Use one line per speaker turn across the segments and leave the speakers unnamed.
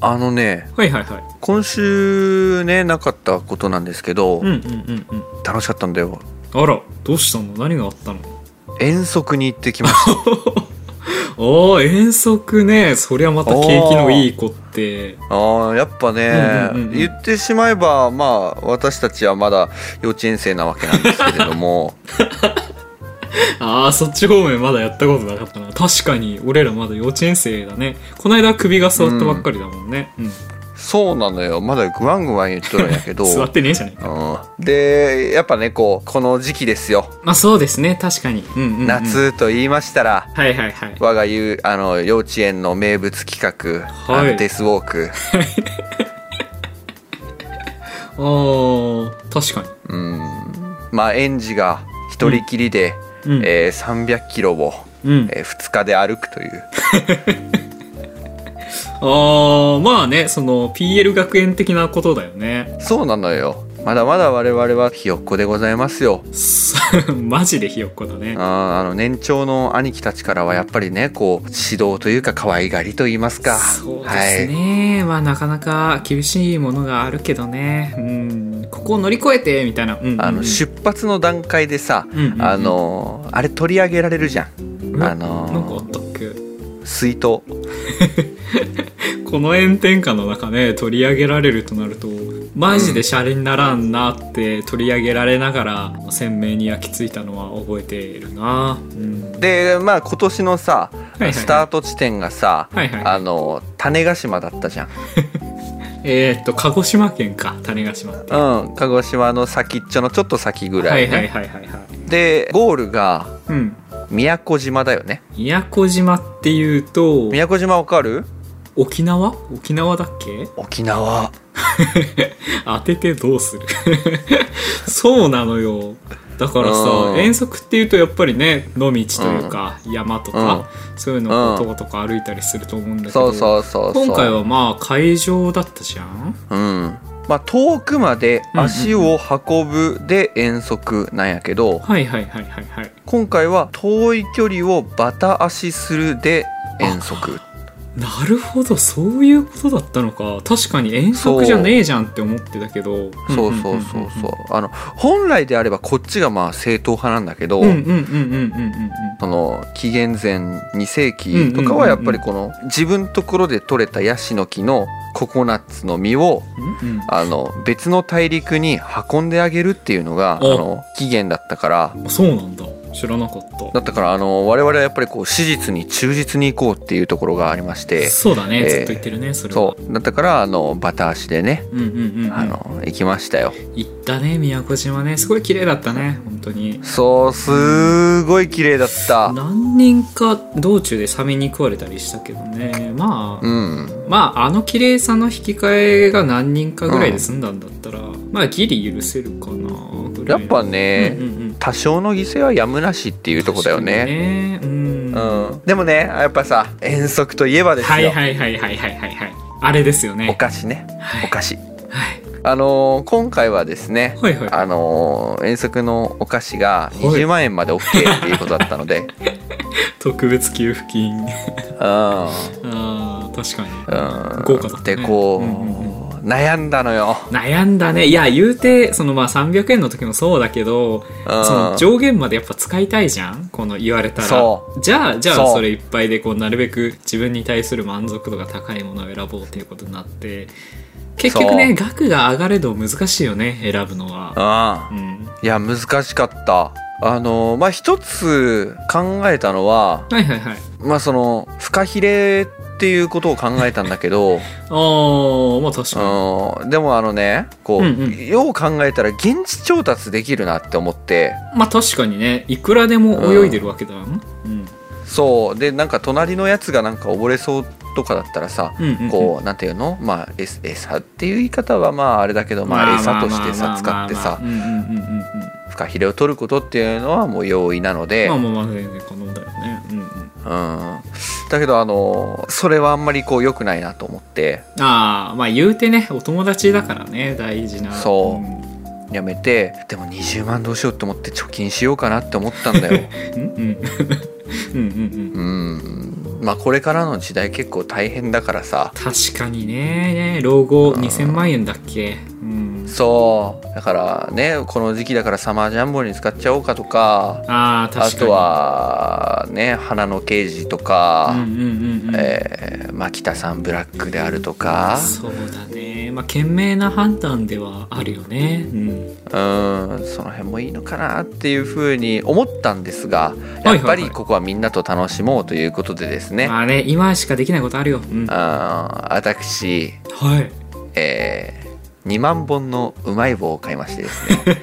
あのね
はいはいはい
今週ねなかったことなんですけど、
うんうんうんうん
楽しかったんだよ
あらどうしたの何があったの
遠足に行ってきま した
ああ遠足ねそりゃまた景気のいい子って
あーやっぱね、
うんうんうんうん
言ってしまえばまあ私たちはまだ幼稚園生なわけなんですけれど も
ああそっち方面まだやったことなかったな確かに俺らまだ幼稚園生だねこの間首が座ったばっかりだもんね、うん
そうなのよまだグワングワン言っとるんやけど
座ってねえじゃねえか
うん、でやっぱねこうこの時期ですよ、
まあそうですね確かに、うんうんうん
夏と言いましたら
はいはいはい
我が言うあの幼稚園の名物企画、
はい
アンデスウォーク、
ああ確かに
うん、まあ園児が一人きりで、
うんうん
えー300キロを、
うん
え2日で歩くという
ああまあねその PL 学園的なことだよね
そうなのよまだまだ我々はひよっこでございますよ
マジでひよっこだね
あーあの年長の兄貴たちからはやっぱりねこう指導というか可愛がりと言いますか
そうですね、まあなかなか厳しいものがあるけどねうんここを乗り越えてみたいな、うんうんうん、
はい、あの出発の段階でさ、
うんうんうん
あのあれ取り上げられるじゃん
うん
あのー
なんかあったっけ
水筒
この炎天下の中ね取り上げられるとなるとマジでシャレにならんなって取り上げられながら鮮明に焼き付いたのは覚えているなうん
でまあ今年のさ、
いはい
スタート地点がさ、
はいはい
あの種子島だったじゃん、
えーっと鹿児島県か種子島っては
うん、鹿児島の先っちょのちょっと先ぐ
いは
らい、
い
ね
はいはいはいはい
でゴールが
うん
宮古島だよね
宮古島っていうと
宮古島わかる
沖縄沖縄だっけ
沖縄
当ててどうする そうなのよだからさ
うん
遠足っていうとやっぱりね野道というか山とか、そういうのをこう
う
とことか歩いたりすると思うんだけ
そ
ど
うそうそうそう
今回はまあ会場だったじゃん
うんまあ、遠くまで足を運ぶで遠足なんやけど、
はいはいはいはいはい
今回は遠い距離をバタ足するで遠足
なるほどそういうことだったのか確かに遠足じゃねえじゃんって思ってたけど
そうそうそうそうあの本来であればこっちがまあ正統派なんだけど、
うんうんうんうんうんうんうん
その紀元前2世紀とかはやっぱりこの自分ところで採れたヤシの木のココナッツの実を
うんうん
あの別の大陸に運んであげるっていうのがあ
お
の起源だったから
あそうなんだ知らなかった
だったからあの我々はやっぱりこう史実に忠実に行こうっていうところがありまして
そうだね、
えー
ずっと言ってるねそれは
そうだったからあのバタ足でね
ううんうんうんうん
あの行きましたよ
行ったね宮古島ねすごい綺麗だったね本当に
そうすーごい綺麗だった
何人か道中でサメに食われたりしたけどねまあ、
うん
まああの綺麗さの引き換えが何人かぐらいで済んだんだったら、まあギリ許せるかなぐ
や
ら
っ
い
ぱね、
ねうんうんうん
多少の犠牲はやむなしっていうとこだよね
確かにねうん
うん、でもねやっぱさ遠足といえばですよ、
はいはいはいはいはいはいはいあれですよね
お菓子ね、
はい
お菓子
はい
あのー今回はですね、
はいはい
あのー遠足のお菓子が20万円まで OK っていうことだったの で、
特別給付金
う
あー確かに
んうん
豪華だったね
でこう、
うんうん
悩んだのよ
悩んだねいや言うてそのまあ300円の時もそうだけど
うん
その上限までやっぱ使いたいじゃんこの言われたら
そ
じゃあじゃあ
そう
それいっぱいでこうなるべく自分に対する満足度が高いものを選ぼうっていうことになって結局ね額が上がれど難しいよね選ぶの
う
は、
ん
うん、
いや難しかったあのーまあ一つ考えたのは
はいはいはい
まあそのフカヒレっていうことを考えたんだけ ど
あーまあ確か
うんでもあのねこう、
うんうん
よう考えたら現地調達できるなって思って
にまあ確かにねいくらでも泳いでるわけだもん、うん
そうでなんか隣のやつがなんか溺れそうとかだったらさ、
うんうんうん
こうなんていうのまあえ餌っていう言い方はまああれだけど、まあ、餌としてさ使ってさ
うんうんうんうんうん
フカヒレを取ることっていうのはもう容易なので、
まあまあまあ全然可能だよねうんうん
うん、だけどあのそれはあんまりこう良くないなと思って
ああまあ言うてねお友達だからね大事な
そうんやめてでも20万どうしようと思って貯金しようかなって思ったんだよ。
うんうんうんうんうん
うんまあこれからの時代結構大変だからさ
確かにね老後
ん
2000万円だっけうん
そうだからねこの時期だからサマージャンボに使っちゃおうかとか
ああ確か
あ
に
とはね花のケージと
うんう
か、
んうんうん、
えー、牧田さんブラックであるとか
そうだねまあ賢明な判断ではあるよねうん
うんその辺もいいのかなっていうふうに思ったんですが
いは
や
い
っぱりここはみんなと楽しもうということでですね、
まあね今しかできないことあるよ、うん、は
あー私、
い
えー、2万本のうまい棒を買いましてですね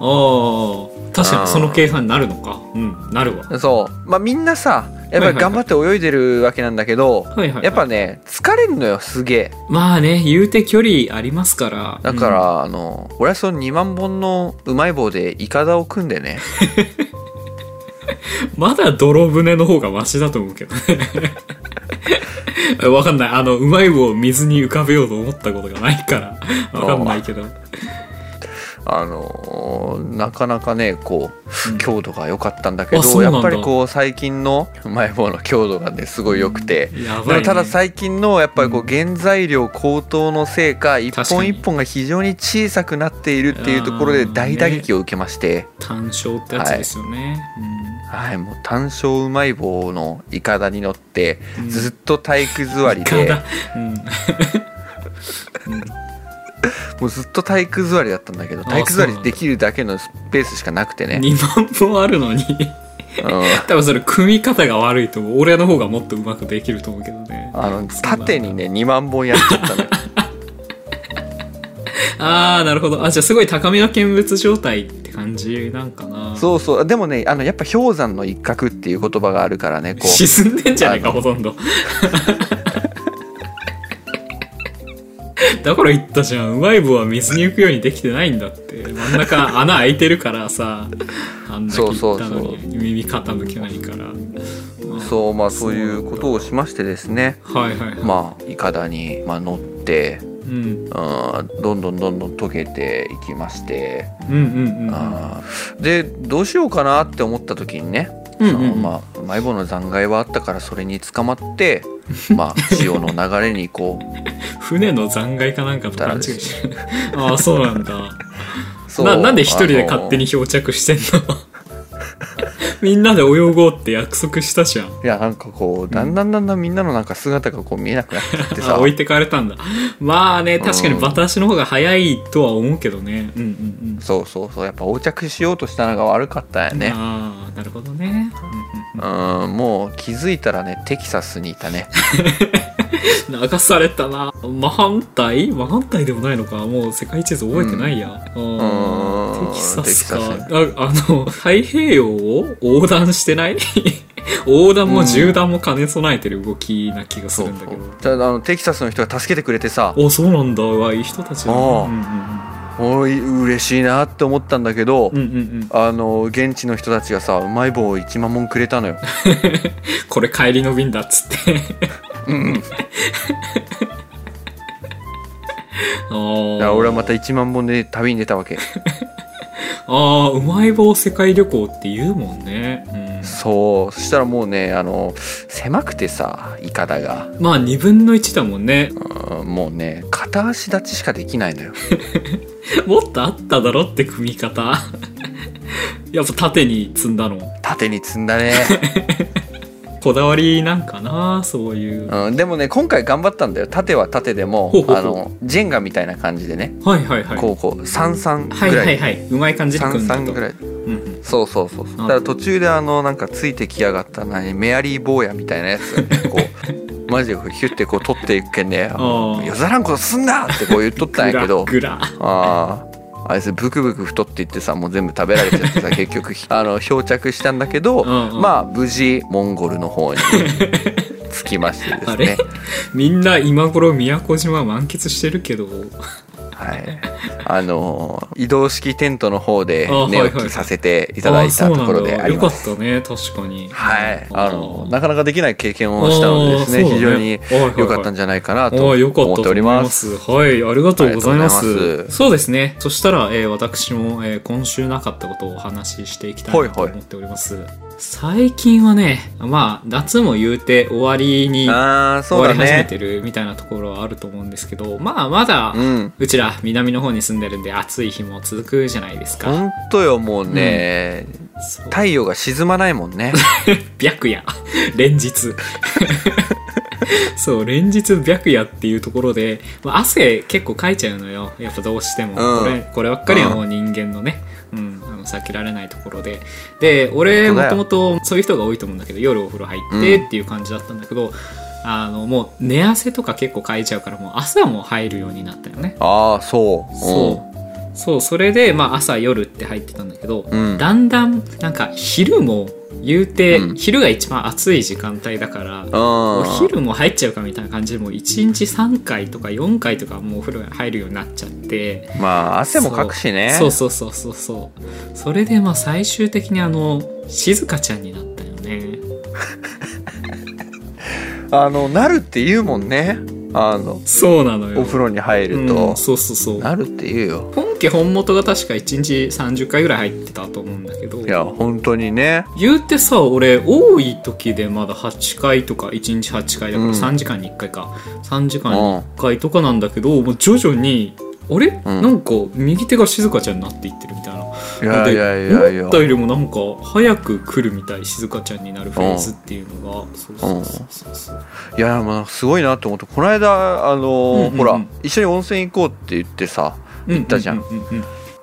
ああ確かにその計算になるのかうんなるわ
そうまあみんなさやっぱり頑張って泳いでるわけなんだけど、
はいはいはい
やっぱね疲れるのよすげえ
まあね言うて距離ありますから
だか、ら、あの俺はその2万本のうまい棒でイカダを組んでね
うんまだ泥船の方がマシだと思うけどね わかんないあのうまい棒を水に浮かべようと思ったことがないからわかんないけど
あのなかなかねこ
うん
う強度が良かったんだけど、
あそうなん
や
だ
っぱりこう最近の うまい棒の強度がねすごい良くて。
やばい、
で
ね、
もただ最近のやっぱりこう原材料高騰のせいか一
確か
本
に
一本が非常に小さくなっているっていうところ
あ
で
ー
大打撃を受けまして、
単勝ってやつですよね、
はい、もう単勝うまい棒のイカダに乗って
うん
ずっと体育座り
いか
で、
だうん
もうずっと体育座りだったんだけど
あー
体育座
そう
り
なんだ
できるだけのスペースしかなくてね、
2万本あるの
う
に
ん
多分それ組み方が悪いと思う俺の方がもっとうまくできると思うけどね
あの
そうなんだ
縦にね2万本やっちゃったのよ
ああなるほどあじゃあすごい高みの見物状態って感じなんかな
そうそうでもねあのやっぱ氷山の一角っていう言葉があるからねこう
沈んでんじゃねえか
あ
ほとんど だから言ったじゃんうまい棒は水に浮くようにできてないんだって真ん中穴開いてるからさあんだけ言った
そ
の
うそう
に耳傾けないから、まあ
そうまあそういうことをしましてですね
はいはいはい、
まあイカダに、まあ、乗って、
うん、
うん、どんどんどんどん溶けていきまして、
うんうんうんうん
あーでどうしようかなって思った時にね
うん
そ
うん
の
うん
まあうまい棒の残骸はあったからそれに捕ま って、まあ、潮の流れにこう
船の残骸かなんかと勘違いしてるああそうなんだ
そう
ななんで一人で勝手に漂着してんの みんなで泳ごうって約束したじゃん
いやなんかこうだんだんだんだんみんなのなんか姿がこう見えなくなってきて
あ
さ
置いてかれたんだまあね確かに
うん
バタ足の方が早いとは思うけどねうんうんうん
そうそうそうやっぱ横着しようとしたのが悪かったんやね
ああなるほどね、
うんもう気づいたらねテキサスにいたね
うんうん、流されたな真反対真反対でもないのかもう世界地図覚えてないや、あ
うん
ーテキサスか
テキサ
ああの太平洋を横断してない 横断も縦断も兼ね備えてる動きな気がするんだけど、
ただあのテキサスの人が助けてくれてさ
おそうなんだうわいい人たちだな
あおい嬉しいなって思ったんだけど、
うんうんうんうんうんうん
あの現地の人たちがさうまい棒を1万本くれたのよ、
これ帰りの便だっつって
うん、だか
あ
ら
あ
俺はまた1万本で旅に出たわけ
あーうまい棒世界旅行って言うもんね、う
そうそしたらもうねあの狭くてさイカダが、
ん、まあ2分の1だもんね
うん、もうね片足立ちしかできないのよ
もっとあっただろって組み方 やっぱ縦に積んだの
縦に積んだね、
こだわりなんかなそういう、
うん、でもね今回頑張ったんだよ縦は縦でも
ほうほうほう
あのジェンガみたいな感じでね
はいはいはい
こうこう三三ぐ
はい
ら
はいいはいうまい感じで
三
組んだ
三
と
ぐらい
うんうん
そうそうそうそうだから途中であのなんかついてきやがった何メアリー坊やみたいなやつ がねこうマジでこうヒュッてこう取っていくけんね「あの
ー
よざらんことすんな!」ってこう言っとったんやけど
グラグラ
あーあいつブクブク太っていってさもう全部食べられちゃって さ結局あの漂着したんだけど
うんうん
まあ無事モンゴルの方に着きましてで
あ
す
れ
ね
みんな今頃宮古島満喫してるけど
はいあのー移動式テントの方で
あー
寝
はい
起
はい
きさせていただいた
あー
と
そうなんだ
ころであり
よか
ます
ったね確かに
はい、あの
ー
なかなかできない経験をしたのでですね
あーそう
非
だ
常
ね
に
はいはいはい
良かったんじゃないかなと
ああ、よかった
思っ
と
てお
思い
りま。
ますす。はい、ありがとうございます。
ありがとうございます
そうですね。そしたら、えー私も、えー今週なかったことをお話ししていきたいなと思っております。最近はねまあ夏も言うて終わりに
ああ
終
そう
わ
だ
り始め
ね
てるみたいなところはあると思うんですけど、まあまだ
うん
うちら南の方に住んでるんで暑い日も続くじゃないですか。
本当よもうね、
そう
太陽が沈まないもん ね
白夜連日そう連日白夜っていうところで、まあ、汗結構かいちゃうのよやっぱどうしても、
うん
これこればっかりはもう人間のね、うん、あの避けられないところでで俺
本当
も
だ
と
よ
もとそういう人が多いと思うんだけど夜お風呂入ってっていう感じだったんだけど、あのもう寝汗とか結構かいちゃうからもう朝も入るようになったよね
ああそう
そうそうそれで、まあ、朝夜って入ってたんだけど、
うん
だんだんなんか昼も言うて、
うん
昼が一番暑い時間帯だから、
うん
お昼も入っちゃうかみたいな感じでもう1日3回とか4回とかもうお風呂に入るようになっちゃって。
まあ汗もかくしね
そうそうそうそうそうそれでまあ最終的にあの静香ちゃんになったよね
あのなるって言うもんねあの
そうなのよ
お風呂に入る
う
と
ん、、そうそうそう
なるって言うよ
本家本元が確か1日30回ぐらい入ってたと思うんだけど
いや本当にね
言うてさ俺多い時でまだ8回とか1日8回だか
う
ら
ん
3時間に1回か、3時
う
間に
ん
1回とかなんだけどもう徐々にあれ、
ん
なんか右手が静香ちゃんになっていってるみたいない
やいやいやい
思
や
ったよりもなんか早く来るみたい静香ちゃんになるフェーズっていうのが、そうそうそうそう
いやもうすごいなと思ってこの間あのー
うんうんうん
ほら一緒に温泉行こうって言ってさ
言
ったじゃん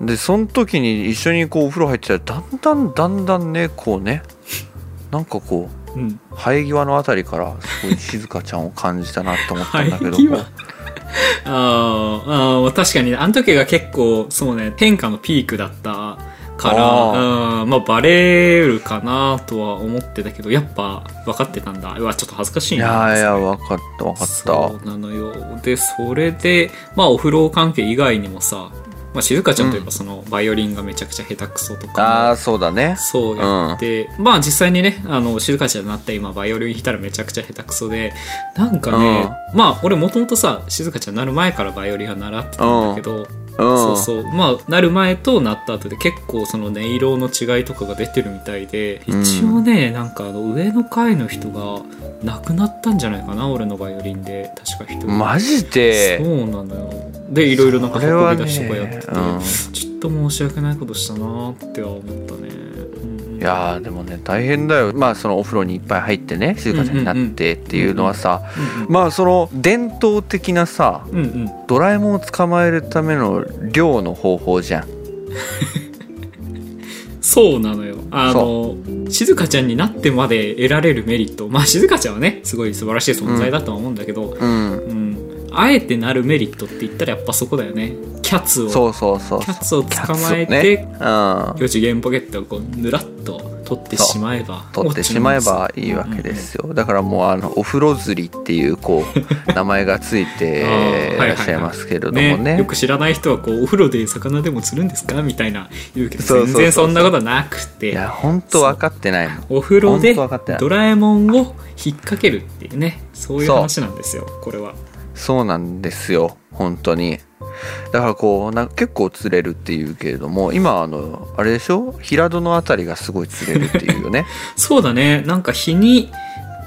でその時に一緒にこうお風呂入ってたらだんだんだんだんねこうねなんかこう生え際のあたりからすごい静香ちゃんを感じたなと思ったんだけど
生え
も
際あーあー確かにねあの時が結構そうね変化のピークだったから
あ
あーまあバレるかなとは思ってたけどやっぱ分かってたんだうわちょっと恥ずかし
い
いな
やいや分かった分かっ
そうなのよでそれでまあお風呂関係以外にもさ、まあ、静香ちゃんといえばそのバイオリンがめちゃくちゃ下手くそと
たあ
か
あそうだね
そうやって、まあ実際にねあの静香ちゃんになった今バイオリン弾いたらめちゃくちゃ下手くそでなんかね、まあ俺もともとさ静香ちゃんになる前からバイオリンは習ってたんだけど、
うん
そうそうまあなる前となった後で結構その音色の違いとかが出てるみたいで
うん
一応ね、なんかあの上の階の人が亡くなったんじゃないかな俺のバイオリンで確か人が
マジ
そ
で
うなのよでいろいろなんか
それは
運
ね
び出しとかやってて、
うん
ちょっと申し訳ないことしたなーっては思ったね、うん
いやーでもね大変だよまあそのお風呂にいっぱい入ってね静香ちゃんになってっていうのはさまあその伝統的なさ
うんうんうんうん
ドラえもんを捕まえるための漁の方法じゃん
そうなのよあの
そ
静香ちゃんになってまで得られるメリットまあ静香ちゃんはねすごい素晴らしい存在だとは思うんだけど、
うん
うん、あえてなるメリットって言ったらやっぱそこだよねキャッツを
そうそうそう
キャッツを捕まえ
キ
て、
ャッツをね
よちゲンポケットをこうぬらっと取ってしまえば
うん、取ってしまえばいいわけですよだからもうあのお風呂釣りっていうこ う名前がついていらっしゃいますけれどもね
ねよく知らない人はこうお風呂で魚でも釣るんですかみたいな言うけど
そうそうそ
全
う
然そんなことなく
い
て
や本当分かってないもん
お風呂
本
で
当わかってない
ドラえもんを引っ掛けるっていうねそういう話なんですよこれは
そうなんですよ本当にだからこうな結構釣れるっていうけれども今あのあれでしょ平戸のあたりがすごい釣れるっていうよね
そうだねなんか日に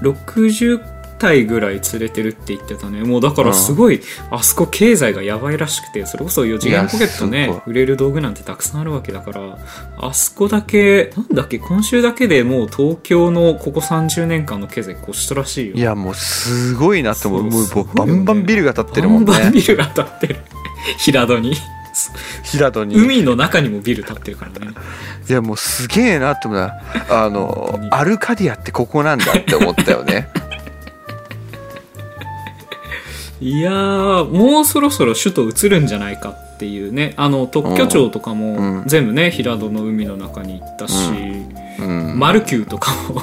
60体ぐらい連れてるって言ってたねもうだからすごい、あそこ経済がやばいらしくてそれこそ4次元ポケット
いやす
ね
ご
売れる道具なんてたくさんあるわけだからあそこだけなんだっけ今週だけでもう東京のここ30年間の経済越したらしいよ
いやもうすごいなって思うもう
そう
もう
すご
バ
いよね
ンバンビルが建ってるもん
バンバン
ね
ビルが建ってる平戸に
平戸に
海の中にもビル建ってるからね
いやもうすげえなって思ったあの
本当に
アルカディアってここなんだって思ったよ ね
いやーもうそろそろ首都移るんじゃないかっていうねあの特許庁とかも
うん
全部ね、平戸の海の中に行ったし、
うん、
マルキューとかも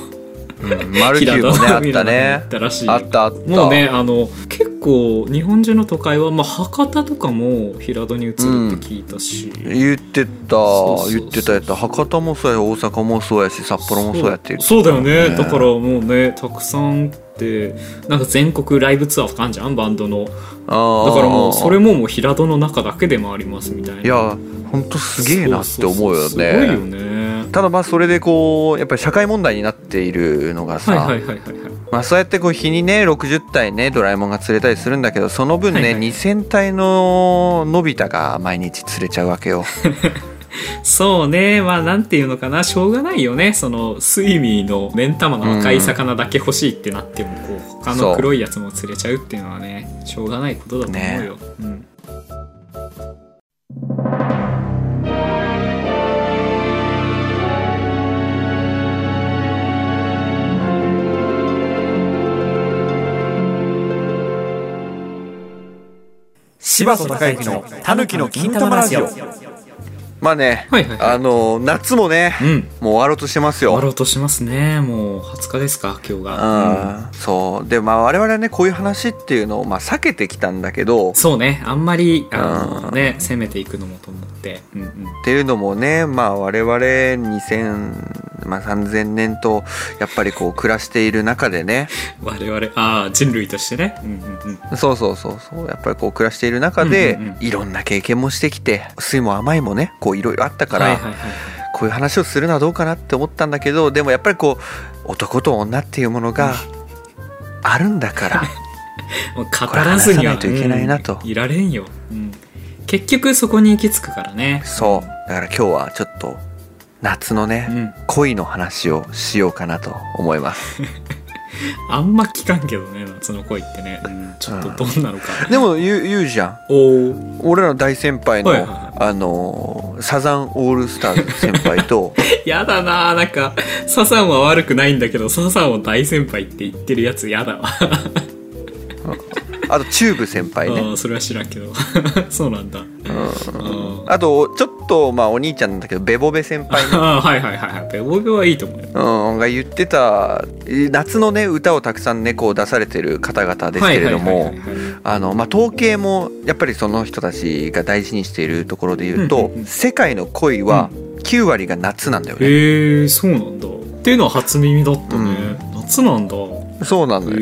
うんマルキ
平
ュー
戸の
もねあっ
海の
た
中に行
ね
ったらしい
あったあった
もうねあの結構日本中の都会は、まあ、博多とかも平戸に移るって聞いたし、
言ってた
そうそうそう
言ってたやった博多もそうや大阪もそうやし札幌もそうやって言ってた
そうそうだよねだからもうねたくさんってなんか全国ライブツアーとかあんじゃんバンドのだ
あー
からもうそれももう平戸の中だけで回りますみたいない
やほんとすげえなって思うよ
そうそうそうすごいよ
ね
ね
ただまあそれでこうやっぱり社会問題になっているのがさ、
はいはいはいはいはい
まあ、そうやってこう日にね60体ねドラえもんが釣れたりするんだけどその分ね、
はいはい
2,000体ののび太が毎日釣れちゃうわけよ。
そうねまあなんていうのかなしょうがないよねそのスイミーの目ん玉の赤い魚だけ欲しいってなってもこう他
そ
の
う
黒いやつも釣れちゃうっていうのはねしょうがないことだと思うよ、うん、
柴戸孝之のたぬきの金玉ラジオ
まあね、
はいはいはい
あの夏もね、
うん
もう終わろうとしてます
終わ
よ。
ろうとしますねもう20日ですか今日
う
が、
ん、そうでまあ我々はねこういう話っていうのをまあ避けてきたんだけどっ
そうねあんまりあのね攻めていくのもと思って、うんうん、
ていうのもねまあ我々2000、まあ、3000年とやっぱりこう暮らしている中でね
我々ああ人類としてね、うんうんうん、
そうそうそうそうやっぱりこう暮らしている中で、
うんうんうん
いろんな経験もしてきて酸いも甘いもねこういろいろあったから、
はいはいはいはい
こういう話をするのはどうかなって思ったんだけどでもやっぱりこう男と女っていうものがあるんだ から。
もう語らずには
これ話さないといけないなと
うんいられんよ、うん、結局そこに行き着くからね
そうだから今日はちょっと夏のね、
うん
恋の話をしようかなと思います
あんま聞かんけどね夏の恋ってね、うんちょっとどんなのか、
でも言う言うじゃん
おお
俺らの大先輩の、
はいはいは
あのーサザンオールスターズ先輩 と
やだななんかササンは悪くないんだけどササンを大先輩って言ってるやつやだわ、
あとチューブ先輩ね
ああ それは知らんけどそうなんだ、あ
あとちょっとまあお兄ちゃんなんだけどベボベ先輩、
あはいはいはいはいベボベはいいと思うよ
うん、が言ってたえ夏のね歌をたくさんねこう出されてる方々ですけれど
は
も
いはいはいはいはい
あのまあ統計もやっぱりその人たちが大事にしているところで言うと、
うんうんうん
世界の恋は9割が夏なんだよね、
へえそうなんだっていうのは初耳だったね、夏なんだへ
そうなのよ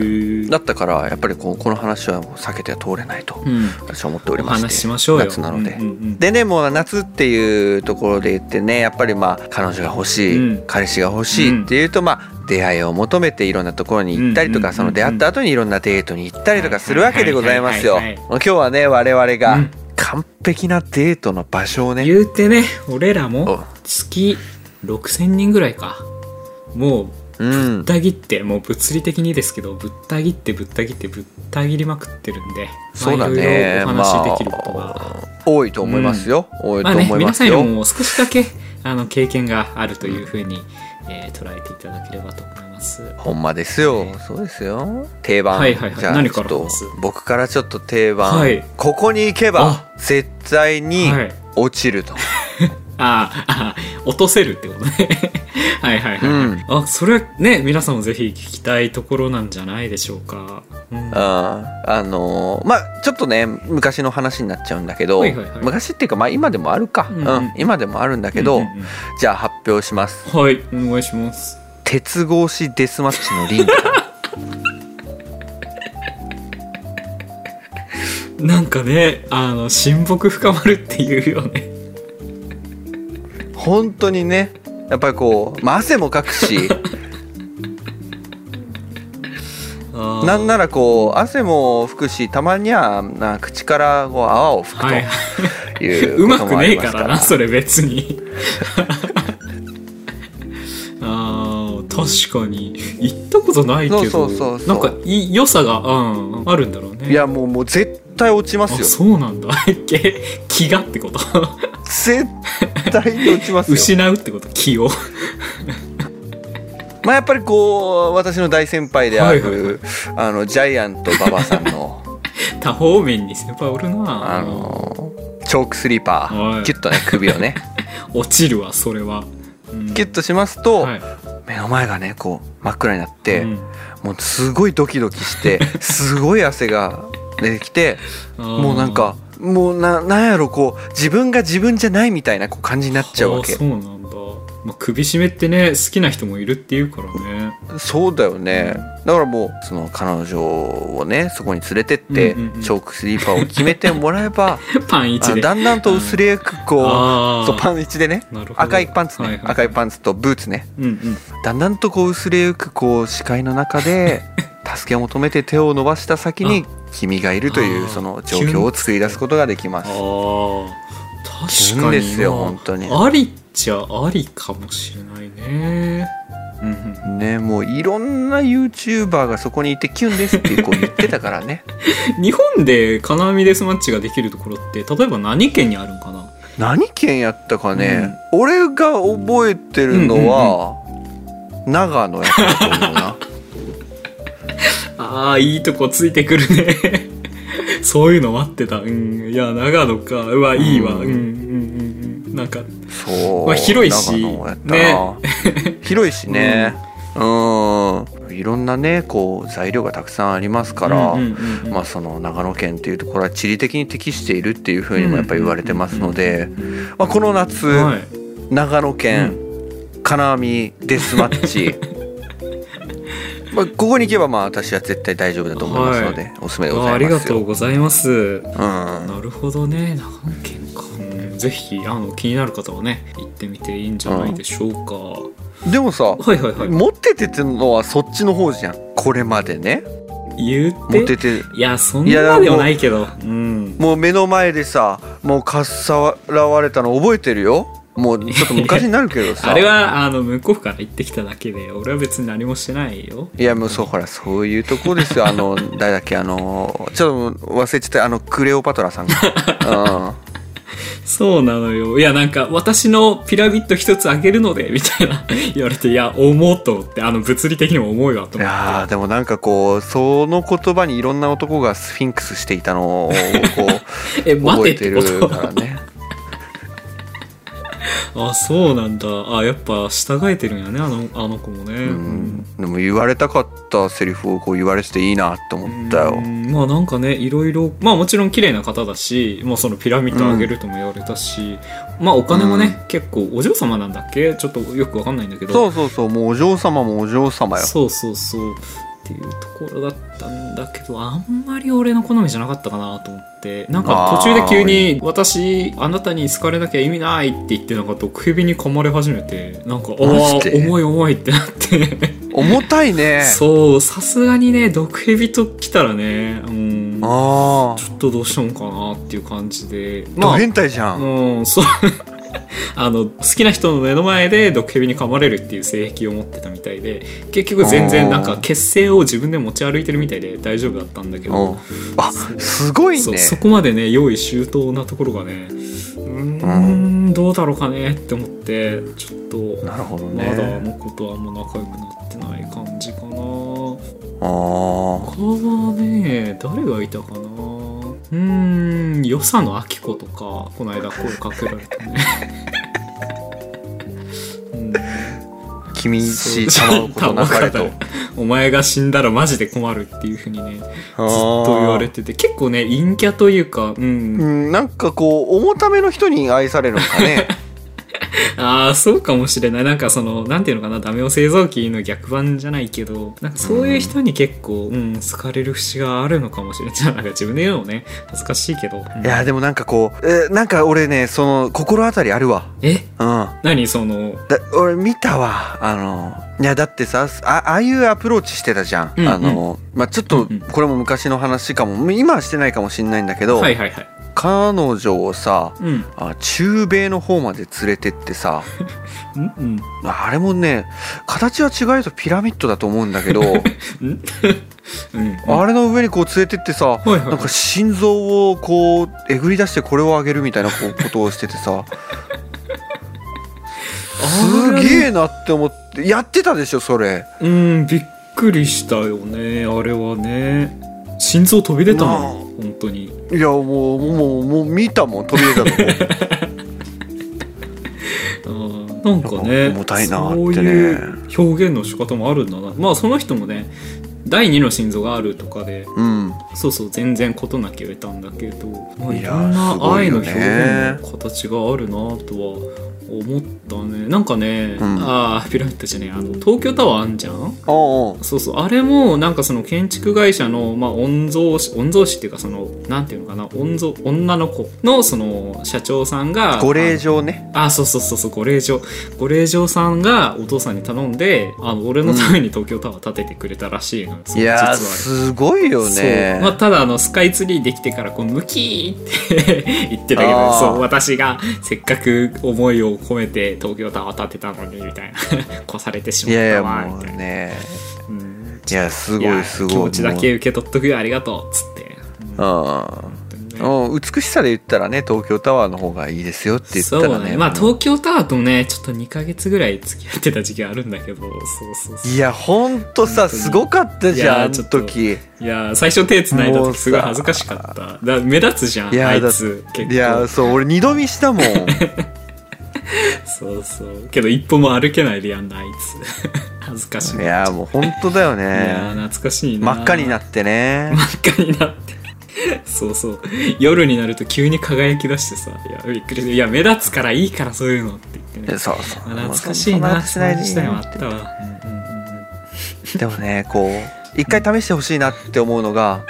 え
だったからやっぱりこうこの話はもう避けては通れないと
うん
私は思っており
お
まして
話ししましょうよ
夏なので、
うんうんうん
でねもう夏っていうところで言ってねやっぱりまあ彼女が欲しい、
うん
彼氏が欲しいっていうとまあ出会いを求めていろんなところに行ったりとか、
うんうんうんうん
その出会った後にいろんなデートに行ったりとかするわけでございますよ
はいはいはいはい
今日はね我々
う
が
ん
完璧なデートの場所をね、
言うてね俺ら
お
も月6,000人ぐらいかもう
うん
ぶった切ってもう物理的にですけどぶった切ってぶった切ってぶった切りまくってるんで、まあ
そうだね
いろいろお話しできることが、ま
多いと思いますよ、多
あ
いと思
ね
いま
皆
す
さんに
よ、
ももう少しだけあの経験があるというふうに、えー捉えていただければと思います
ほんまですよ、そうですよ定番、
はいはいはい
じゃあ
何
ちょ
か
っ
ら
と
話す
僕からちょっと定番、
はい
ここに行けば
あ
絶対に
はい
落ちると、
あああ落とせるってことね はいはいはい、
うん
あそれはね皆さんもぜひ聞きたいところなんじゃないでしょうか、うん
あーあのーまあちょっとね昔の話になっちゃうんだけど、
はいはいはい
昔っていうかまあ今でもあるか、
う
うんん
うん
今でもあるんだけど、
うんうんうん
じゃあ発表します
はい、お願いします。
鉄格子デスマッチの リング
なんかね、あの、親睦深まるっていうよね。
本当にねやっぱりこう、まあ、汗もかく し
あー
なんならこう汗も拭くしたまにはな口からこう泡を拭くと
はい、
いう
う
こ
ま
と
く
もあ
ねえ
りま
か
すから
らな、それ別に。 あー確かに行ったことないけ
そ
ど
うそうそうそう
なんかい良さが、うん、あるんだろうね
いやもうもう絶対落ちま
あ
すよ
そうなんだ け気がってこと
絶対に落ちます よ
失うってこと 気を
まあやっぱりこう私の大先輩である、
はいはいは
あのジャイアント馬場さんの
多方面に先輩おるな
あのチョークスリーパ
はい
ーキュッとね首 をね
落ちるわそれは、うん
キュッとしますと、
はい
目の前がねこう真っ暗になって、
うん
もうすごいドキドキして すごい汗が出てきて
あー
もうなんかもうななんやろこう自分が自分じゃないみたいなこう感じになっちゃうわ
あ
け
ーそうなんだ、まあ、首絞めってね好きな人もいるっていうから ね
そうだよね、だからもうその彼女をねそこに連れてって、
うんうんうん
チョークスリーパーを決めてもらえば
パン 一
あ
で
だんだんと薄れゆくこう
あー
そうパン1でね
なるほど
赤いパンツね、
はいはい
赤いパンツとブーツね
うんうん
だんだんとこう薄れゆくこう視界の中 で助けを求めて手を伸ばした先に君がいるとい
あ
う
ー
その状況を作り出すことができま
あ
す。
ー確
いいん
かに
ですよ
まあ
本当に
ありっちゃありかもしれないねうんうん
ねもういろんな YouTuber がそこにいてキュンですってこう言ってたからね
日本で金網デスマッチができるところって例えば何県にあるんかな
何県やったかね、俺が覚えてるのは、長野やったと思うな
ああいいとこついてくるね そういうの待ってたうんいや長野かうわいいわう
うんん
うんうんうんなんか
そう、
まあ広いし
長野やったな、 広いしねうんいろんなねこう材料がたくさんありますから、
うんうんうんうん
まあ、その長野県っていうところは地理的に適しているっていうふうにもやっぱり言われてますので、まあ、この夏、
はい
長野県金網デスマッ チまあここに行けばまあ私は絶対大丈夫だと思いますので、
は
おすすめでご
あー
ざ
あ
い
り
ま
が
す
と
よ。
うございます
うん、
なるほどね長野県か、うんぜひあの気になる方はね行ってみていいんじゃないでしょうか、
でもさ
はいはいはい
モテてってのはそっちの方じゃんこれまでね
言
モ
っ
テ
て
て
いやそん
いやだか
な
ら
ではないけどうん
もう目の前でさもうかっさらわれたの覚えてるよもうちょっと昔になるけどさ
あれはあの向こうから行ってきただけで俺は別に何もしてないよ
いやもうそうほらそういうとこですよあの誰だっけあのちょっと忘れちゃったあのクレオパトラさん が、
そうなのよいやなんか私のピラミッド一つあげるのでみたいな 言われていや思うと思ってあの物理的にも重いわと
うん、い
思っ
やーでもなんかこうその言葉にいろんな男がスフィンクスしていたのをこ
てえ
う
待
覚
て
え
って
て
こ
るからね
と あそうなんだあやっぱ従えてるんやねあのあの子もね
うんでも言われたかったセリフをこう言われてていいなと思った
う
よ
んまあなんかねいろいろまあもちろん綺麗な方だし、まあ、そのピラミッドあげるとも言われたし、まあお金もね、結構お嬢様なんだっけちょっとよくわかんないんだけど
そうそうそうもうお嬢様もお嬢様よ
そうそうそうっていうところだったんだけどあんまり俺の好みじゃなかったかなと思ってなんか途中で急に「私あなたに好かれなきゃ意味ない」って言ってなんか毒蛇に噛まれ始めてなんか「ああ
マジで
重い重い」ってなって
重たいね
そうさすがにね毒蛇と来たらねうんち
ああ
ょっとどうしようかなっていう感じで
ド
まあ
変態じゃん、
うんそう あの好きな人の目の前で毒蛇に噛まれるっていう性癖を持ってたみたいで結局全然なんか血清を自分で持ち歩いてるみたいで大丈夫だったんだけ
うん
ど、
あすごい
そ
ね
うそこまでね用意周到なところがねうーんどうだろうかねって思ってちょっと
なるほど
ま
ね
だあの子とはあんま仲良くなってない感じかな
ああ
他はね誰がいたかなうーんよさのあき子とかこの間声かけられたねうん
君し卵ことなかれと。
お前が死んだらマジで困るっていうふうにねずっ
ずっ
と言われてて結構ね陰キャというかうん
うん、なんかこう重ための人に愛されるのかね
ああそうかもしれないなんかそのなんていうのかなダメ男製造機の逆版じゃないけどなんかそういう人に結構、うん、好かれる節があるのかもしれない なんか自分で言うのもね恥ずかしいけど、うん
いやでもなんかこう、えーなんか俺ねその心当たりあるわ
え
うんだ
何その
俺見たわあのいやだってさあああいうアプローチしてたじゃん、
うんうん
あの、まあ、ちょっと
うんうん
これも昔の話かも今はしてないかもしんないんだけど、
はいはいはい
彼女をさ
うん
あ中米の方まで連れてってさ
うん
あれもね形は違うとピラミッドだと思うんだけど
うん
あれの上にこう連れてってさ、
いはい
なんか心臓をこうえぐり出してこれをあげるみたいなこうことをしてて さすげえなって思ってやってたでしょそれ
うんびっくりしたよねあれはね心臓飛び出た
なあ
の本当に
いやもうもうもう見たもん飛び出たの
あーなんか
な
ね
んか重たいなーってね
そういう表現の仕方もあるんだなまあその人もね第二の心臓があるとかで
うん
そうそう全然事なきを得たんだけどまあ
い
い
や
ろん
す
な
ごい
愛の
よ
表
ね
現の形があるなとは思ったねなんかね、
うん
ああピラミッドじゃねえあの東京タワーあんじゃん
おうおう
そうそうあれもなんかその建築会社の、まあ、御曹司御曹司っていうかそのなんていうのかな御曹女の子のその社長さんが
ご令嬢ね
あそうそうそうそうご令嬢ご令嬢さんがお父さんに頼んであの俺のために東京タワー建ててくれたらしいのよ、そう
いやー
実は
すごいよね
そうまあ、ただあのスカイツリーできてからこうムキーって言ってたけど
あー
そう私がせっかく思いを込めて東京タワー建てたのにみたいな 越されてしま
い
っ
やいや
たわ
も
み
う
たいな、
ね
うん
いやす
い
ご
や
いすごい
気持ちだけ受け取っとくよありがとうっつって、
もう
っ
うんうん美しさで言ったらね東京タワーの方がいいですよって言ったらね
まあ
もう
東京タワーとねちょっと2か月ぐらい付き合ってた時期あるんだけどそうそうそう
いやほんとさ
本当に
すごかったじゃん
いや
あ
ー
の
ちょっと
時
いや最初手繋いだ
もう
時
さ
すごい恥ずかしかっただ目立つじゃん
いや
あい
だ
つ結構
いやそう俺二度見した もん
そうそうけど一歩も歩けないでやんなあいつ 恥ずかしい
いやーもうほんとだよ
いや
ね
ー懐かしいな
真っ赤になってね
真っ赤になってそうそう夜になると急に輝き出してさいやびっくりしたいや目立つからいいからそういうのって言ってね
そうそう
あ懐かしいな
もうそんなことし
時
ない
代
で
もあったわうんうんうん
でもねこう一回試してほしいなって思うのが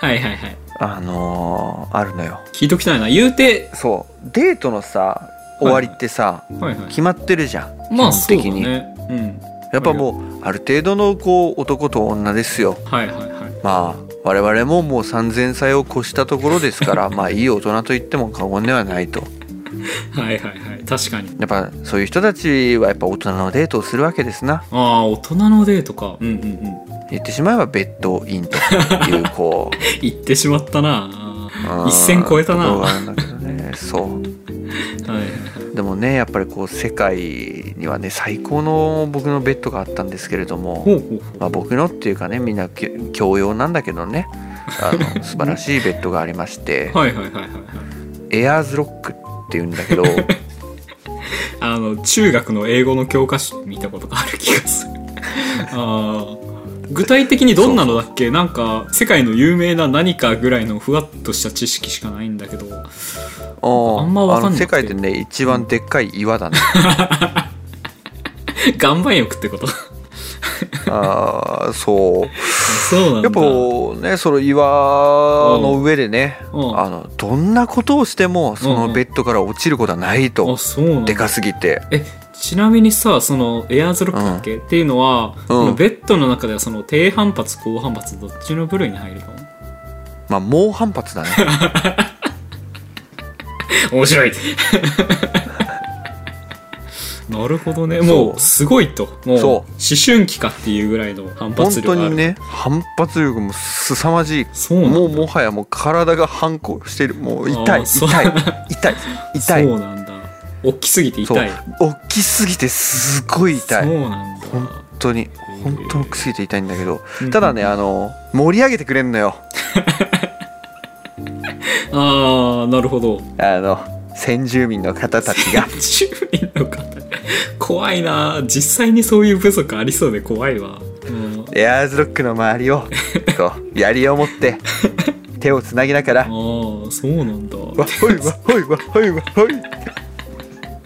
はいはいはい
あのーあるのよ
聞いときたいな言うて
そうデートのさ終わりってさ、
はいはい
決まってるじゃん
まあ
基
そ
本
うだ
的に、
ねうん
やっぱもうある程度のこう男と女ですよ
はいはいはい
まあ我々ももう3,000歳を越したところですから まあいい大人と言っても過言ではないと
はいはいはい確かに
やっぱそういう人たちはやっぱ大人のデートをするわけですな
ああ大人のデートかうんうんうん
言ってしまえばベッドインというこう
行ってしまったなあ
う
ー
ん
一線超えたな
ところ
は
が
い
あるんだけどねそう
はいはい
でもねやっぱりこう世界にはね最高の僕のベッドがあったんですけれど
ほ
も、
うほうほう
まあ、僕のっていうかねみんなき教養なんだけどねあの素晴らしいベッドがありまして
はいはいはいはいはい
エアーズロックっていうんだけど
あの中学の英語の教科書で見たことがある気がする あー具体的にどんなのだっけなんか世界の有名な何かぐらいのふわっとした知識しかないんだけど
あ
あんまわかんなくて
世界でね一番でっかい岩 だね
岩盤浴ってこと
あーそう
そうなんだ
やっぱこうねその岩の上でね
うん
あのどんなことをしてもそのベッドから落ちることはないと
あそうなんだ
でかすぎて
えちなみにさそのエアーズロックだっけ、っていうのは、そのベッドの中ではその低反発高反発どっちの部類に入るの
まあ猛反発だね
面白い なるほどねも
そう
うすごいともう
そう
思春期かっていうぐらいの 反
本
発
当
力がある
にね反発力も凄まじい
そうなんだ
もうもはやもう体が反抗してるもう痛
あ
い
ーそう
痛い痛い痛い
そうなんだ大きすぎて痛い
そう大きすぎてすごい痛
そ
いう
なんだ
本当に本当に大きすぎて痛いんだけど
うん
ただねあの盛り上げてくれんのよ
ああなるほど
あの先住民の方た ちが
住民の方怖いな実際にそういう部族ありそうで怖いわ、うん
エアーズロックの周りをこう槍を持って手をつなぎなが ら
ああそうなんだ
わっほいわっほいわっほいわっほ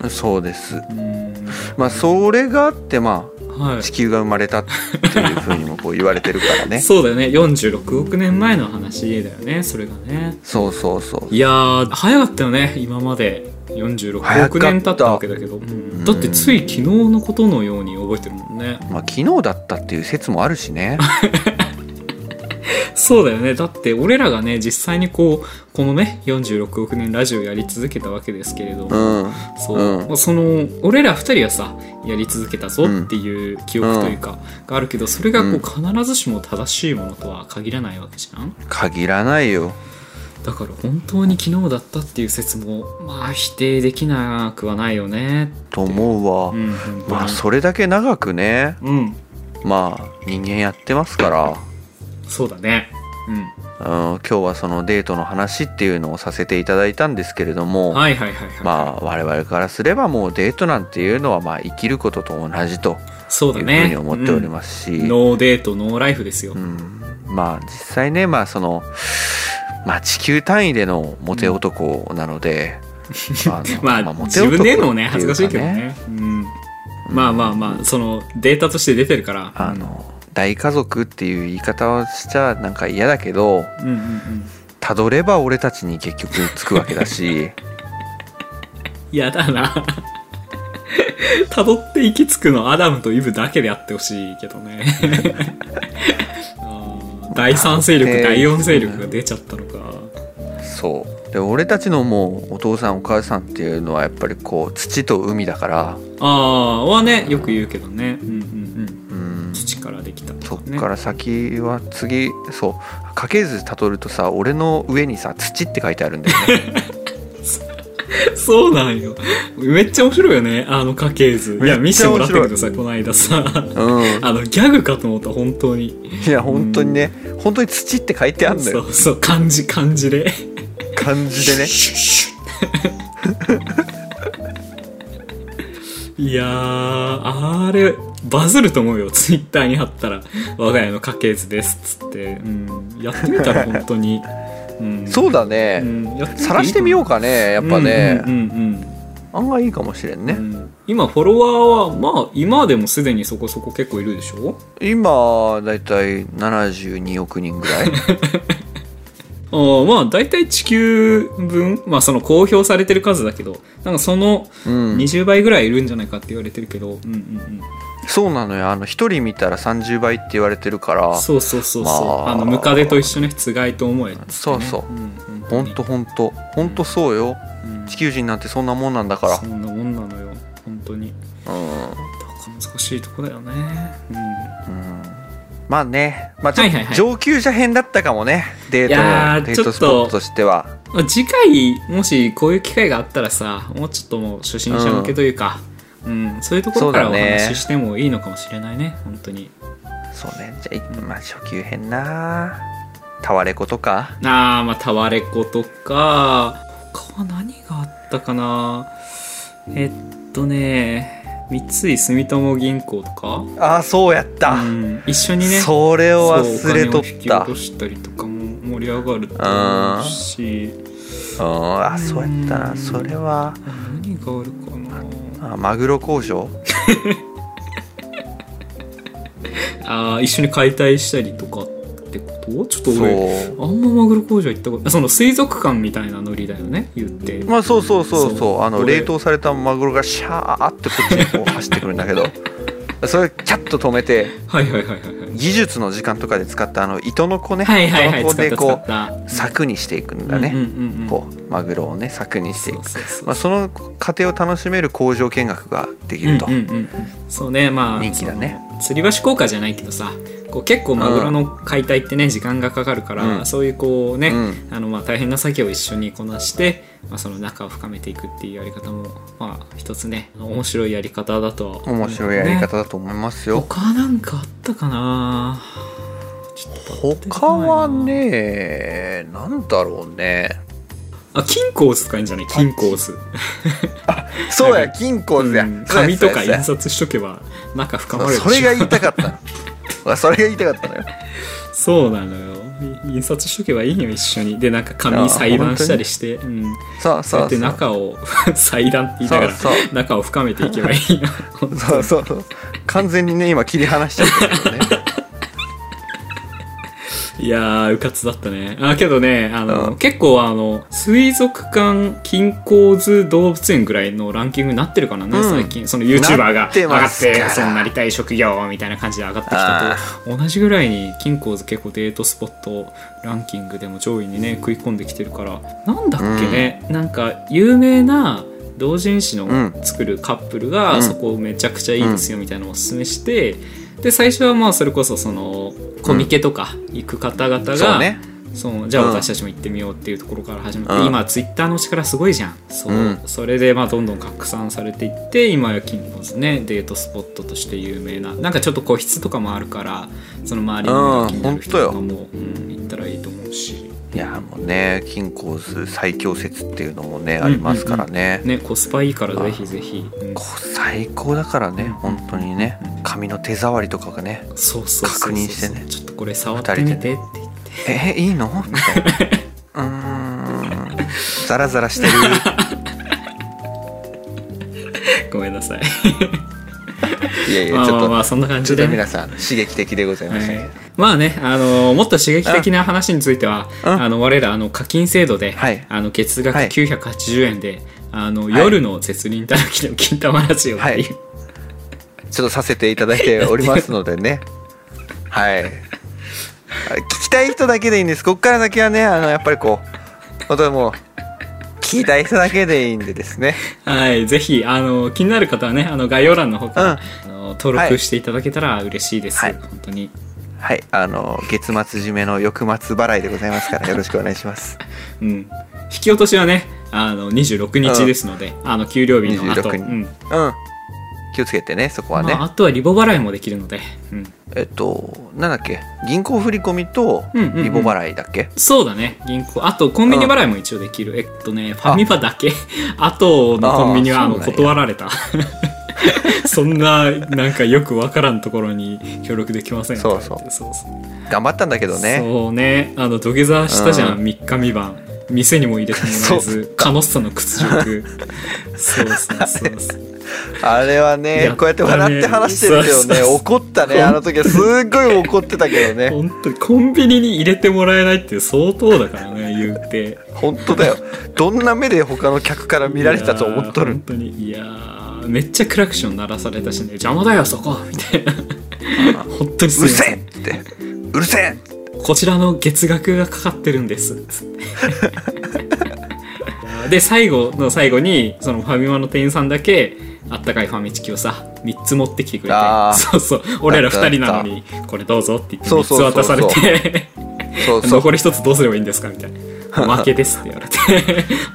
いそうです
うん
まあそれがあってま
は
あ
い
地球が生まれたっていうふうにもこう言われてるから ね
そうだよね46億年前の話だよねそれがね
そうそうそう
いやー早かったよね今まで46
早か
億
った
年経ったわけだけど、うんだってつい昨日のことのように覚えてるもんね
まあ昨日だったっていう説もあるしね
そうだよねだって俺らがね実際にこうこのね46億年ラジオやり続けたわけですけれども、
うん
そう、
うん
まあその俺ら二人はさやり続けたぞっていう記憶というか、があるけどそれがこう必ずしも正しいものとは限らないわけじゃん
限らないよ
だから本当に昨日だったっていう説もまあ否定できなくはないよね
と思うわ、
うん本当に
まあそれだけ長くね
うん
まあ人間やってますから
そうだね
うん今日はそのデートの話っていうのをさせていただいたんですけれど
う
も、
んはいはいはいはい、
まあ我々からすればもうデートなんていうのはまあ生きることと同じと
そうだ
いうふうに
ね
思っておりますし、
うんノーデートノーライフですよ、
うんまあ実際ねまあそのまあ地球単位でのモテ男なの で、まああの
まあ、
まあモテ
自
男っ
分
て
で
いう
の
か
もね恥ずかしいけどね、うん、まあまあまあそのデータとして出てるから
あの大家族っていう言い方をしちゃなんか嫌だけど
うんうんうん
たどれば俺たちに結局つくわけだ し
やだな辿って行き着くのアダムとイブだけであってほしいけど ねあー第三勢力第四勢力が出ちゃったのか
そうで俺たちのもうお父さんお母さんっていうのはやっぱりこう土と海だから
ああはねよく言うけどねうんうん
うん
うん土からできた
そ
と
っ
かね
から先は次そう家系図たどるとさ俺の上にさ土って書いてあるんだよ ね
そうなんよめっちゃ面白いよねあの家系図いや
め
見
っち
せて
ゃ
もら
面
った
白い
けどさこの間さ
うん
あのギャグかと思った本当に
いや本当にね本当に土って書いてあるの
そ
よ
うそう漢字漢字で
漢字でね
シュッシュッ いやーあれバズると思うよツイッターに貼ったら「我が家の家系図です」っつって、うん、やってみたら本当に、うん、
そうだ
う
ね
んやってみ
晒してみよう
か
かねやっぱね
うんうんうんうん
案外いいかもしれんね
うん今フォロワーはまあ今でもすでにそこそこ結構いるでしょ
今だいたい72億人ぐ らい
あーまあ大体地球分まあその公表されてる数だけどなんかその
うん
20倍ぐらいいるんじゃないかって言われてるけど、うんうんうん
そうなのよあの一人見たら30倍って言われてるから
そうそうそうそう、
まあ
あ、のムカデと一緒につがいと思えっつってね、
そうそう
う
ほ
ん
んとほんとほんとそうよ
うん
地球人なんてそんなもんなんだ
そ
か
んなもんなのよ本当に
らうん
だから難しいとこだよね、うん
うんまあね、まあ、ちょっ
はいはいは
と
い
上級者編だったかもね、デート
いやー
のデートスポットとしては
まあ、次回もしこういう機会があったらさもうちょっともう初心者向けというか、うんそういうところから
そう
お
だね
話ししてもいいのかもしれないね本当に
そうねじゃあ、まあ、初級編なタワレコとか
あーまあタワレコとか他は何があったかなえっとね三井住友銀行とか
ああそうやった、
うん、一緒にね
それを
そう
忘れと
お
っ
金を引き
た
落としたりとかも盛り上がると思うし
うんあそうやったなそれは
何があるかな
あマグロ交渉
あー一緒に解体したりとかってことちょっと
そ
俺
う
あんまマグロ工場行ったことその水族館みたいなノリだよね言って
まあそうそうそうそう
そう
あの
俺
冷凍されたマグロがシャーってこっちにこう走ってくるんだけ どそれをキャッと止めて
はいはいはいはいはい
技術の時間とかで使ったあの糸の子ね、
はいはいはい
糸の子
使っ
で
た使
こ
っ
う
た
柵にしていくんだね、
うんうんうん
こうマグロをね柵にしていく
そうそうそう
まあ、その過程を楽しめる工場見学ができると、
うんうんうん、そうねまあ
人気だね
その吊り橋効果じゃないけどさこう結構マグロの解体ってね、時間がかかるから、
うん
そういうこうね、
う
あのまあ大変な作業を一緒にこなして、まあ、その仲を深めていくっていうやり方もまあ一つね面白いやり方だとは思う
面白いやり方だと思いますよ、
他なんかあったかなちょっと
他はねなんだろうね
あ金コースとかいいんじゃない金コース
そうや金庫や、
うん紙とか
そうや
印刷しとけば仲深
そう
ま
や
るでしょ
それが言いたかったのわ それが言いたかったのよ
そうなのよい印刷しとけばいいよ一緒にでなんか
あ
紙
あ
裁断したりしてうん
そう
そう
そ
やっ
う
て
そう
仲を 裁断って言いながら
そうそ
仲を深めていけばいい な
そうそうそう完全にね今切り離しちゃったけど ね
いやーうかつだったねあけどねあの、
うん
結構あの水族館近郊図動物園ぐらいのランキングになってるからね、
うん
最近その YouTuber
な
が
って
上が
ま
っ
すから
てそうなりたい職業みたいな感じで上がってきたと同じぐらいに金光図結構デートスポットランキングでも上位にね食い込んできてるからなんだっけね、なんか有名な同人誌の
うん
作るカップル
う
が
ん
そこめちゃくちゃいいですよみたいなのをおすすめして、で最初はまあそれこそそのコミケとか行く方々
そう
が、
ね
そのじゃあ
うん
私たちも行ってみようっていうところから始めて、
うん
今ツイッターの力すごいじゃんそう、
うん
それでまあどんどん拡散されていって今や金のねデートスポットとして有名ななんかちょっと個室とかもあるからその周りの気になる人とかも、うん、行ったらいいと思うし
いやもうね金庫図最強説っていうのもねありますからね、
ねコスパいいからぜひぜひ、うん
こう最高だからね本当にね、髪の手触りとかがね
そうそうそうそう
確認してね
ちょっとこれ触ってみてって言って
「えいいの?」みたい な「うーんザラザラしてる
ごめんなさい」
いやい
ま
や
あ
ち
ま
ょっ
あまあ
と
そんな感
ちょ
じ
っと
で、ね
皆さん刺激的でございましたけ
は
ど
い、まあねあのもっと刺激的な話については、
うん
あの我らあの課金制度で、
はい
あの月額
はい
980円で、あの
い
夜の絶倫たぬきの金玉ラジオっていう、
はいちょっとさせていただいておりますのでね。はい。聞きたい人だけでいいんです。こっから先はね、あの、やっぱりこう、本当にもう、聞きたい人だけでいいんでですね。
はい、ぜひあの気になる方はねあの概要欄の方から、
うん
あの登録していただけたら嬉しいです、
はい
本当に
はい。あの、月末締めの翌末払いでございますから、よろしくお願いします。
うん引き落としはねあの26日ですので、あの給料日の後、
26
う
日
ん
うん。気をつけてね、そこは
ま
ね
あ、。あとはリボ払いもできるので、うん、
えっと、なんだっけ、銀行振込と
うんうんうん
リボ払いだっけ、
そうだね銀行あとコンビニ払いも一応できる、えっとねファミマだけ後のコンビニはあ
あー
の
そうな
断られた そんななんかよくわからんところに協力できません
そうそう
とか言ってそうそう
頑張ったんだけどね。
そうねあの土下座したじゃん、
う
3日三晩店にも入れてもらえずカノッサの屈辱 そうそうそうそう
あれはね
やったね
こうやって笑って話してるけどね
そうそうそう
怒ったねあの時はすっごい怒ってたけどね
本当にコンビニに入れてもらえないって相当だからね言うて
本当 だよどんな目で他の客から見られてたと思っと
いやー本
る
当にいやーめっちゃクラクション鳴らされたしね邪魔だよそこみたいな本当に
う
すい
る
ま
せ
せ
えっ
ん
てうるせえ
こちらの月額がかかってるんですつってで最後の最後にそのファミマの店員さんだけあったかいファミチキをさ3つ持ってきてくれて
あー
そうそう俺ら2人なの
あ
にこれどうぞって言って
そう
3つ
そうそうそう
渡され て
そうそう
残り1つどうすればいいんですかみたいな「おまけです」って言われて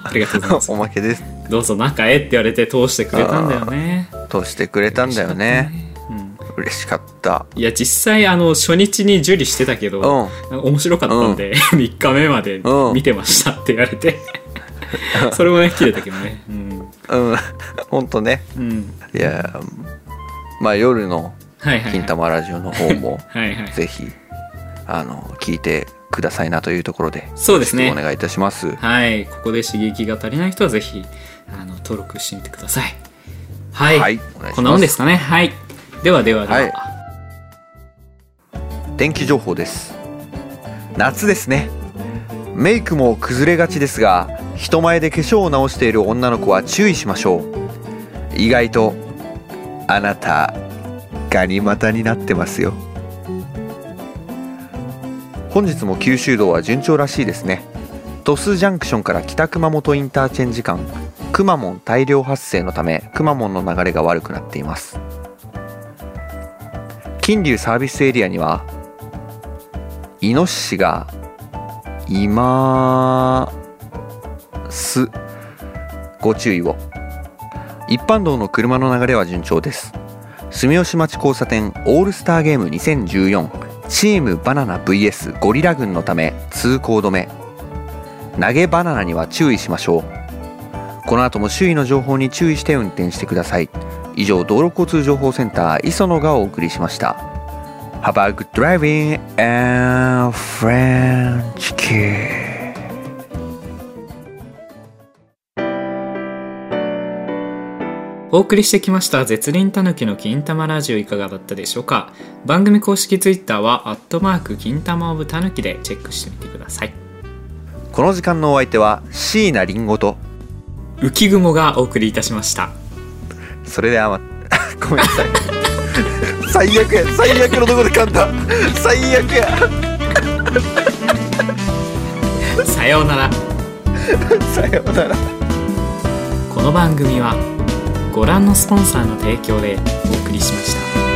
ありがとうございます
おまけです
どうぞ中へって言われて通してくれたんだよね。
としてくれたんだよね
うん、
嬉しかった
いや実際あの初日に受理してたけど、
う
なんか面白かったんで、3 日目まで
うん
見てましたって言われ てそれもね切れたけどねうん、
うん 本当ね
うん、
いやまあ夜の
はいはい
金玉ラジオの方 も
はいはい
ぜひあの聞いてくださいなというところで
そうですね
よろしくお願いいたします
はいここで刺激が足りない人はぜひあの登録してみてくださいはい、
はいお願いします
こんなもんですかねはいではではでは、
はい天気情報です夏ですねメイクも崩れがちですが人前で化粧を直している女の子は注意しましょう意外とあなたガニ股になってますよ本日も九州道は順調らしいですね鳥栖ジャンクションから北熊本インターチェンジ間くまモン大量発生のためくまモンの流れが悪くなっています金龍サービスエリアにはイノシシがいますご注意を一般道の車の流れは順調です住吉町交差点オールスターゲーム2014チームバナナ VS ゴリラ軍のため通行止め投げバナナには注意しましょうこの後も周囲の情報に注意して運転してください以上道路交通情報センター磯野がお送りしました Have a good driving and French kiss
お送りしてきました絶倫たぬきの金玉ラジオいかがだったでしょうか番組公式ツイッターはアットマーク金玉オブたぬきでチェックしてみてください
この時間のお相手は椎名林檎と
浮雲がお送りいたしました
それではま ごめんなさい最悪や最悪のとこで噛んだ最悪や
さようなら
さようなら
この番組はご覧のスポンサーの提供でお送りしました